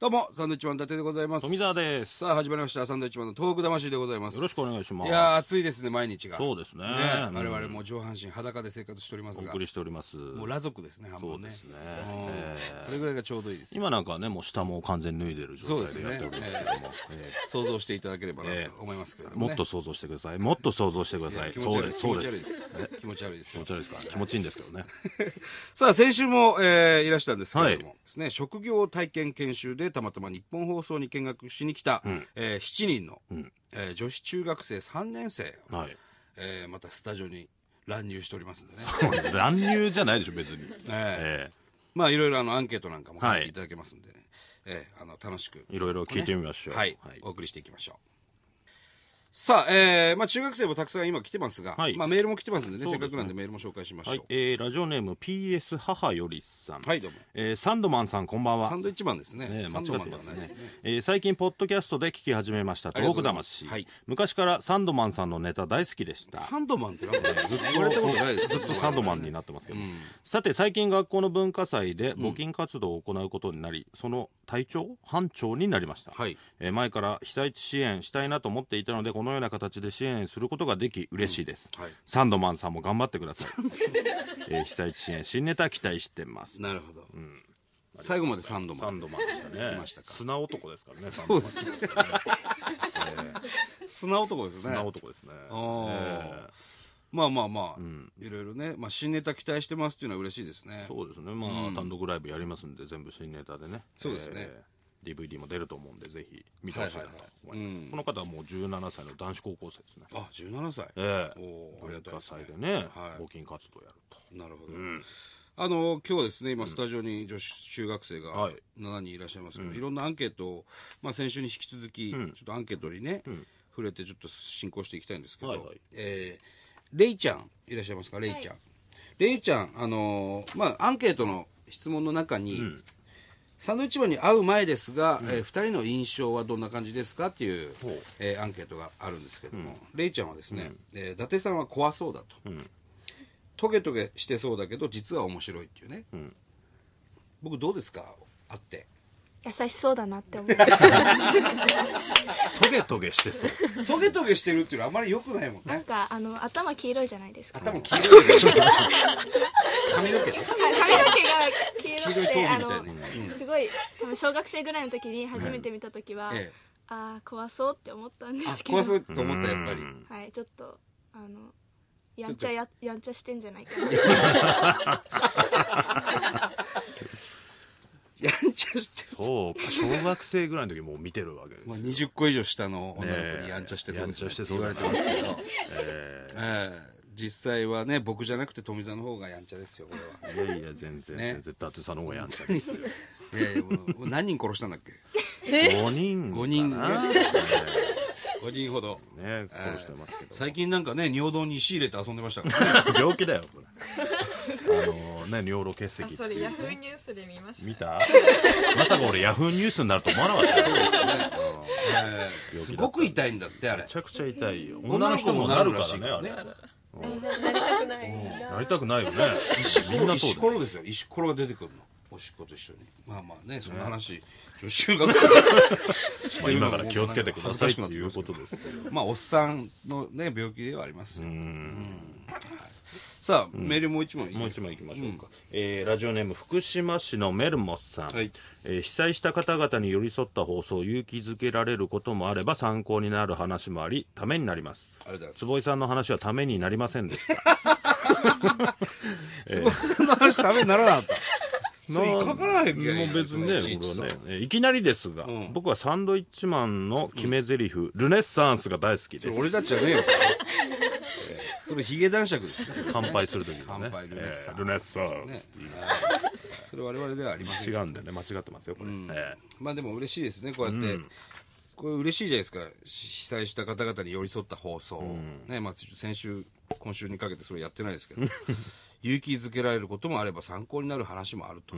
どうも、サンドイッチマン伊達でございます。富澤ですさあ、始まりました。サンドイッチマンのトーク魂でございます。よろしくお願いしますいやー、暑いですね、毎日が。そうですね我うん々もう上半身裸で生活しておりますおが送、りしておりますもう裸族ですね、半そ分うね。ですね、うんえこれぐらいがちょうどいいですよ。今なんかねもう下も完全に脱いでる状態でやっておりますけども、え想像していただければなと思いますけれどえも、もねっと想像してくださいもっと想像してください気持そちう悪でいすそうです気持ち悪いです。気持ち悪いです気よ持ち悪いですか気持ちいいんですけどねさあ、先週も、えーいらしたんですけれども、はですね、職業体験研修でたまたま日本放送に見学しに来た、えー7人の、えー女子中学生3年生が、はいえーまたスタジオに乱入しておりますんでね。 乱入じゃないでしょ別にええまあ、いろいろあのアンケートなんかも書いていただけますんでね、えーあの楽しく、えいろいろ聞いてみましょうはい、お送りしていきましょう。さあ、えーまあ、中学生もたくさん今来てますが、はいまあ、メールも来てますんでね、そうせっですねかくなんでメールも紹介しましょはう。いえーラジオネーム PS 母よりさんはいどうもえーサンドマンさんこんばんはサンドイッチマンですね。ね、間サ違ンドマンってでまはすないですねね。、えー最近ポッドキャストで聞き始めました「あトりがとうごークざいます魂」はい昔からサンドマンさんのネタ大好きでしたサンドマンってなんかね、 ずっと言われたことないですずっとサンドマンになってますけど、さて最近学校の文化祭で募金活動を行うことになり、その隊長班長になりました、はいえー前から被災地支援したいなと思っていたのでこのような形で支援することができ嬉しいです、はいサンドマンさんも頑張ってくだ さい、えー被災地支援新ネタ期待してますなるほど。最後までサンドマサン。ンドマンでしたね来ましたか砂男ですからねサそンドうマですンね。砂男ですね砂。男ですねあーまあまあまあ、いろいろね、まあ新ネタ期待してますっていうのは嬉しいですね。そうですね、まあ、単独ライブやりますんで、全部新ネタでね、そうですねえー DVD も出ると思うんで、ぜひ見てほしいなと思います、はいはいはいうんこの方はもう17歳の男子高校生ですね、あ、17歳。ええおーありがたい文化ですね祭でね、はい募金活動やると、なるほど。あの今日はですね今スタジオに女子中学生がはい7人いらっしゃいますけど、いろんなアンケートを、まあ、先週に引き続き、ちょっとアンケートにね、触れてちょっと進行していきたいんですけど、はいはいえーレイちゃんいらっしゃいますかレイちゃん、レイちゃんあのーまあアンケートの質問の中に、サンドウィッチマンに会う前ですが、え2人の印象はどんな感じですかっていう、えーアンケートがあるんですけども、レイちゃんはですね、えー伊達さんは怖そうだと、トゲトゲしてそうだけど実は面白いっていうね、僕どうですか会って優しそうだなっ て思いますトゲトゲしてそう、トゲトゲしてるっていうのはあまり良くないもんなんねかあの頭黄色いじゃないですかか頭黄色いでしょ髪の毛ね髪の毛が黄色黄く色いて闘あ技みたいのなすごいあの小学生ぐらいの時に初めて見た時は、ええああ怖そうって思ったんで あすけど怖そうと思ったやっぱりはいちょっとあのやんちゃややんちゃしてんじゃないかなやんちゃして そうそう、小学生ぐらいの時もう見てるわけですまあよ、 20個以上下の女の子にやんちゃしてそうですねやんちゃしてってそう言わだれなてますけど、えええ実際はね僕じゃなくて富澤の方がやんちゃですよこれはーいやいや、全然、ね全然、伊達さんの方がやんちゃですよ、いやいやもう何人殺したんだっけ5人かな、五人ねえ5人ほどーね、殺してますけど、最近なんかね尿道に石入れて遊んでましたからね 病気だよ、これ、あのね、尿路結石っあていうそれヤフーニュースで見ました見たまさか俺ヤフーニュースになると思わなかったそうですねええすごく痛いんだってあれめちゃくちゃ痛いよ女の女の人人ももななるるらかしいかららねねああれれなりたくないやりたくないよねみんな石そうころですよ石ころが出てくるのおしっこと一緒にまあまあねその話女子中学生し だよまあ今から気をつけてくださいっていうことすです よまあおっさんのね病気ではありますようんはいさあメールもう一問いいもう一枚いきましょうか、えーラジオネーム福島市のメルモスさん、はいえー被災した方々に寄り添った放送を勇気づけられることもあれば参考になる話もありためになりますありがとうござい坪井さんの話はためになりませんでした ますそんな話ダメにならなか ったそれ書かないけもう別にねいちいちこれはさねえーいきなりですが、ん僕はサンドイッチマンの決め台詞、ルネッサンスが大好きそでれす俺たちじゃねえよそれええそれヒゲ男爵ですね 乾杯する時の乾ね杯ルネッサンえールネッサンねスっていうそれ我々ではありません違うんだよね間違ってますよこれ、えまあでも嬉しいですね、こうやって。これ嬉しいじゃないですか。し被災した方々に寄り添った放送。ね、まあ先週、今週にかけてそれやってないです けど。勇気づけられることもあれば参考になる話もあると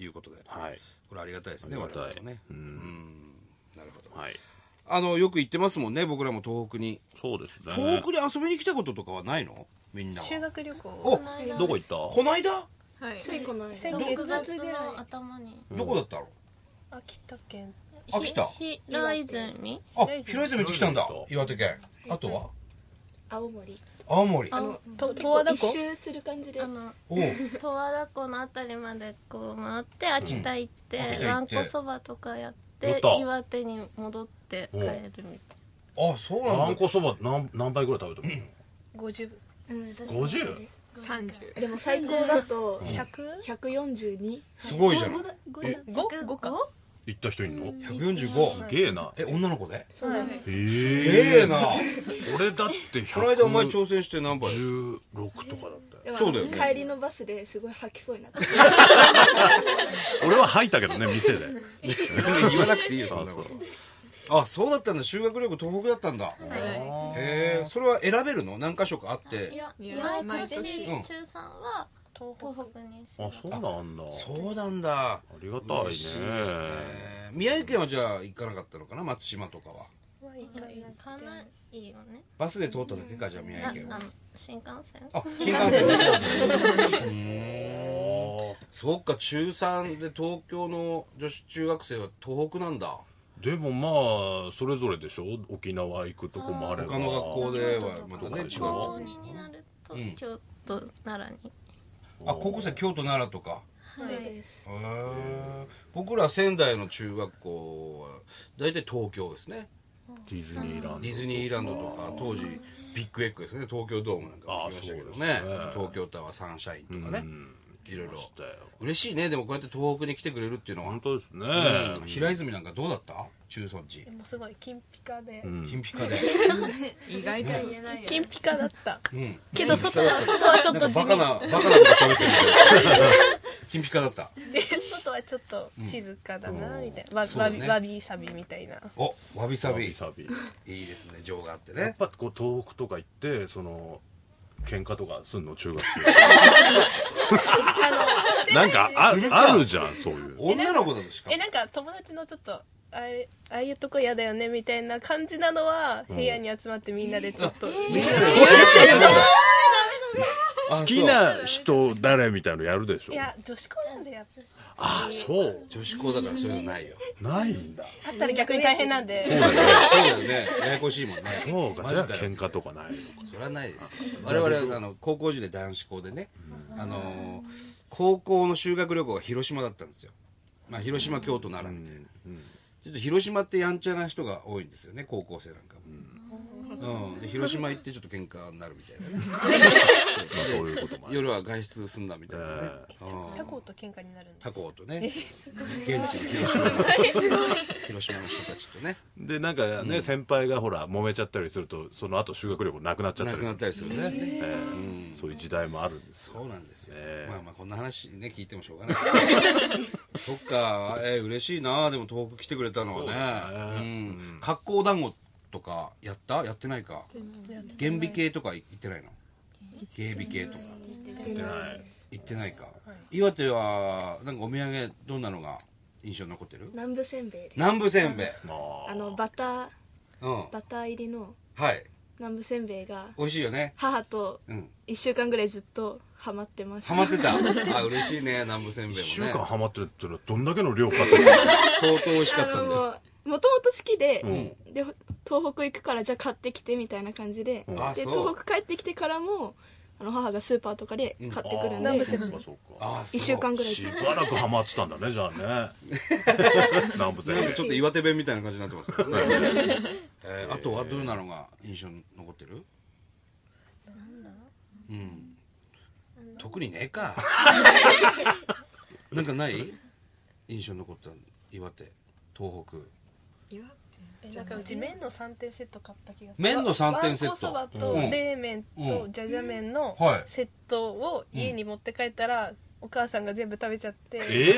いうことで。ーはいこれありがたいですね、あ我りがたい々もね。うんなるほど。はいあの、よく行ってますもんね、僕らも東北に。そうですね東北に遊びに来たこととかはないのみんなは。修学旅行おどこ行ったこないだはいついこの間先6月月ぐらい頭にどこだったの秋田県あ来たひ平泉あ平泉行ってきたんだ岩手県あとは青森青森ああののと結十和構田一湖周する感じであのおう十和田湖のあたりまでこう回って秋田行ってうん秋田行わっんてこそばとかやっやってた岩手に戻って帰るみあそうあなんんだこそば何何杯ぐらい食べてる五十うん確かにの50三十。でも最高だと百142すごいじたゃいんな五五か行った人いんのす145げえなえ女の子でそうなんですええええな俺だってこの間お前116挑戦して何杯とかだったよでもそうだよね帰りのバスですごい吐きそうになって俺は吐いたけどね店で言わなくていいよそんなこあとあそうだったんだ修学旅行東北だったんだはへえそれは選べるの何箇所かあっいいてやいいやや毎毎年年うん中3は東北東北にしあそうなんだそうなんだありがたい嬉しいですねね宮城県はじゃあ行かなかったのかな松島とかはは行一か回ないよねバスで通っただけかじゃあ宮なあ城県のは新幹線あ新幹線で行ったんだうーんそっか中3で東京の女子中学生は東北なんだでもまあそれぞれでしょ沖縄行くとこもあれば他の学校ではまたね違う京都とか高と2になるとうん京都奈良にあ高校生京都奈良とかはそういですへえ僕ら仙台の中学校は大体東京ですねディズニーランドディズニーランドとか当時ビッグエッグですね東京ドームなんかも行きましたけどねあそうですね東京タワーサンシャインとかね、うんいろいろ行きましたよ嬉しいねでもこうやって東北に来てくれるっていうのは本、当ですねうん平泉なんかどうだった中村地もうすごい金ピカでうん金ピカで、意外と言えないよね。金ピカだったうん、けど外は外はちょっなとん地かバカ味なバカなこと喋ってるけど金ピカだったで外はちょっと静かだなみたいな、わそうだわびねわびさびみたいなおわびさわびびさびいいですね情があってやっねぱこう東北とか行ってその喧嘩とかすんの中学生なんかあするかあるじゃんそういう女の子だとしかもえなんか友達のちょっとあれああいうとこ嫌だよねみたいな感じなのは部屋に集まってみんなでちょっと、みんなでそうやってやるんだあ好きそうな人誰みたいのやるでしょいや女子校なんでやっあそう女子校だからそういうのないよないんだあったら逆に大変なんでそうだよねややこしいもんねそうかマじジゃだあよ喧嘩とかないのかそれはないですよ我々あの高校時代男子校でね、あのー高校の修学旅行が広島だったんですよ、まあ、広島、京都奈良みたいな、ちょっと広島ってやんちゃな人が多いんですよね高校生なんかも、うんで広島行ってちょっと喧嘩になるみたいなねまあそういうこともある夜は外出すんだみたいなね、うん他校と喧嘩になるんで他校とね現地の広島の広島の人たちとねでなんかね先輩がほら揉めちゃったりするとその後修学旅行なくなっちゃった亡くりすなっるたりするね、ええそういう時代もあるんですよそうなんですよ、ええまあまあこんな話ね聞いてもしょう がないそっかえー、嬉しいなでも東北来てくれたのはねそうですねうん、格好団子とかやったやってないか原美系とか行ってないの芸美系とかで行ってないか、岩手はなんかお土産どんなのが印象に残ってる南部せんべいです南部せんべい、まああのバターうん、はバター入りのい南部せんべいが美味しいよね母とうん1週間ぐらいずっとハマってましたハマってたあ嬉しいね南部せんべいも1ね週間ハマってるっていうのはどんだけの量かってる相当美味しかっあたのんだよもともと好きで,、うで東北行くからじゃあ買ってきてみたいな感じで,、んあでそう東北帰ってきてからもあの母がスーパーとかで買ってくるんで、あーそうかそうかあそう一週間ぐらいしばらくハマってたんだねじゃあね南部なん全かちょっと岩手弁みたいな感じになってますけどね、えーあとはどういうのが印象に残ってるうん特にねえ かなんかない印象に残った岩手東北岩えなんかうち麺の3点セット買った気がする麺の三点セットわんこそばとうん冷麺とうんじゃじゃ麺のはいセットを家に持って帰ったらお母さんが全部食べちゃって、え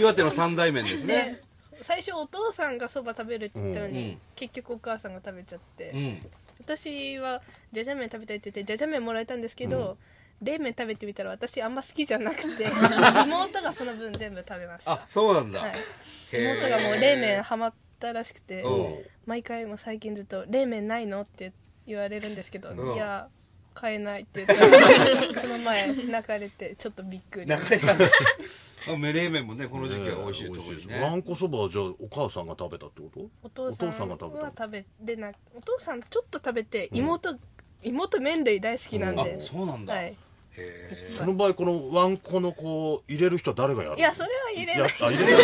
岩手の三大麺ですねで最初お父さんがそば食べるって言ったのに、うん結局お母さんが食べちゃって、うん私はじゃじゃ麺食べたいって言ってじゃじゃ麺もらえたんですけど、冷麺食べてみたら私あんま好きじゃなくて妹がその分全部食べました、はあそうなんだ、い、へー妹がもう冷麺ハマったらしくて、うん毎回もう最近ずっと「冷麺ないの?」って言われるんですけど「うんいや買えない」って言ったらこの前泣かれてちょっとびっくり泣かれたんだあ メレー麺もねこの時期は美味しいところに美味しいですわねんこそばはじゃあお母さんが食べたってことお父さんお父さんが食べたは食べれなお父さんちょっと食べて妹、妹麺類大好きなんあで、そうなんだ、はへい、えその場合このわんこのこう入れる人は誰がやるのいやそれは 入れやなあい入れな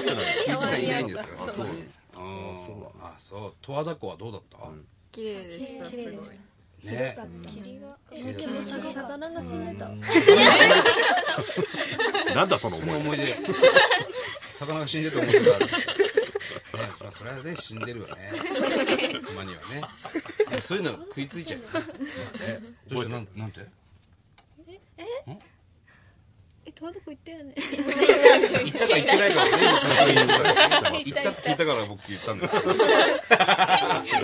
い旧時代いないんですからそうねあーあそう十和田湖はどうだった、綺麗でしたすごいねえでもさ魚が死んでたなんだそのその思い思い出魚が死んでると 思ってたねまあそれはね死んでるよねたまにはねでもそういうの食いついちゃうよねどうしてなんなんてえどこ行ったよね行ったか行ってないかは全部確認してたんです行ったって聞いたから僕言ったんだけど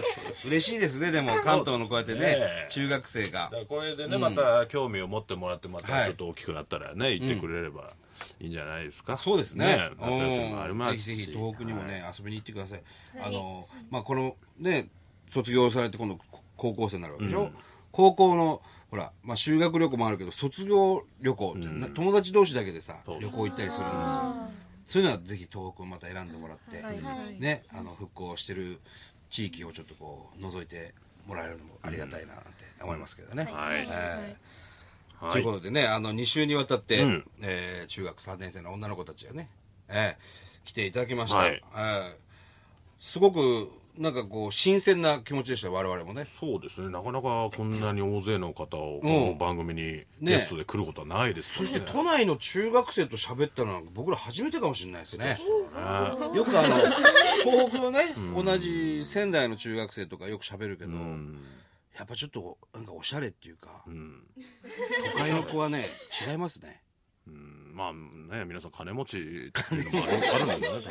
嬉しいですねでも関東のこうやってねねえ中学生がだからこれでね、また興味を持ってもらってまはたいちょっと大きくなったらね、行ってくれればいいんじゃないですか、そうですね夏休みもありうんまぜすひしぜひ東北にもね、はい遊びに行ってください、あのまあこのね卒業されて今度こ高校生になるわけでしょ、高校のほら、まあ、修学旅行もあるけど卒業旅行って、な友達同士だけでさそう旅行行ったりするんですよそういうのはぜひ東北をまた選んでもらって、ねあの復興してる地域をちょっとこう覗いてもらえるのもありがたいななんて思いますけどね、はいはいはいということでね、あの、2週にわたって、うんえー中学3年生の女の子たちがね、えー来ていただきました。はいえーすごく、なんかこう、新鮮な気持ちでした、我々もね。そうですねなかなかこんなに大勢の方をこの番組にゲストで来ることはないですそよして、都内の中学生と喋ったのは、僕ら初めてかもしれないですね。ねよくあ の、東北のね、同じ仙台の中学生とかよく喋るけど、うんやっぱちょっと、なんかおしゃれっていうかう、ん都会の子はね、違いますね。うんまあね皆さん金持ちっていうのもあるあるんだね多分ね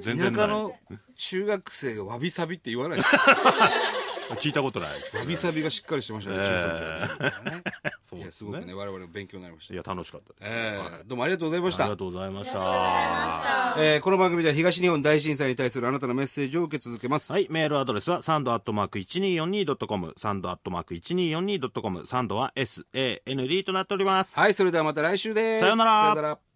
全田然な舎いの中学生がわびさびって言わないです聞いたことないですねサビサビがしっかりしてましたね、ええ中村さんね。そういやですすごくねね、我々も勉強になりましたい。や楽しかったです、えはいえどうもありがとうございましありたが。とうございましたええこの番組では東日本大震災に対するあなたのメッセージを受け続けます。はい、メールアドレスはサンドアットマーク 1242.com、サンドアットマーク 1242.com、サンドは SAND となっております。はい、それではまた来週です。さようならら。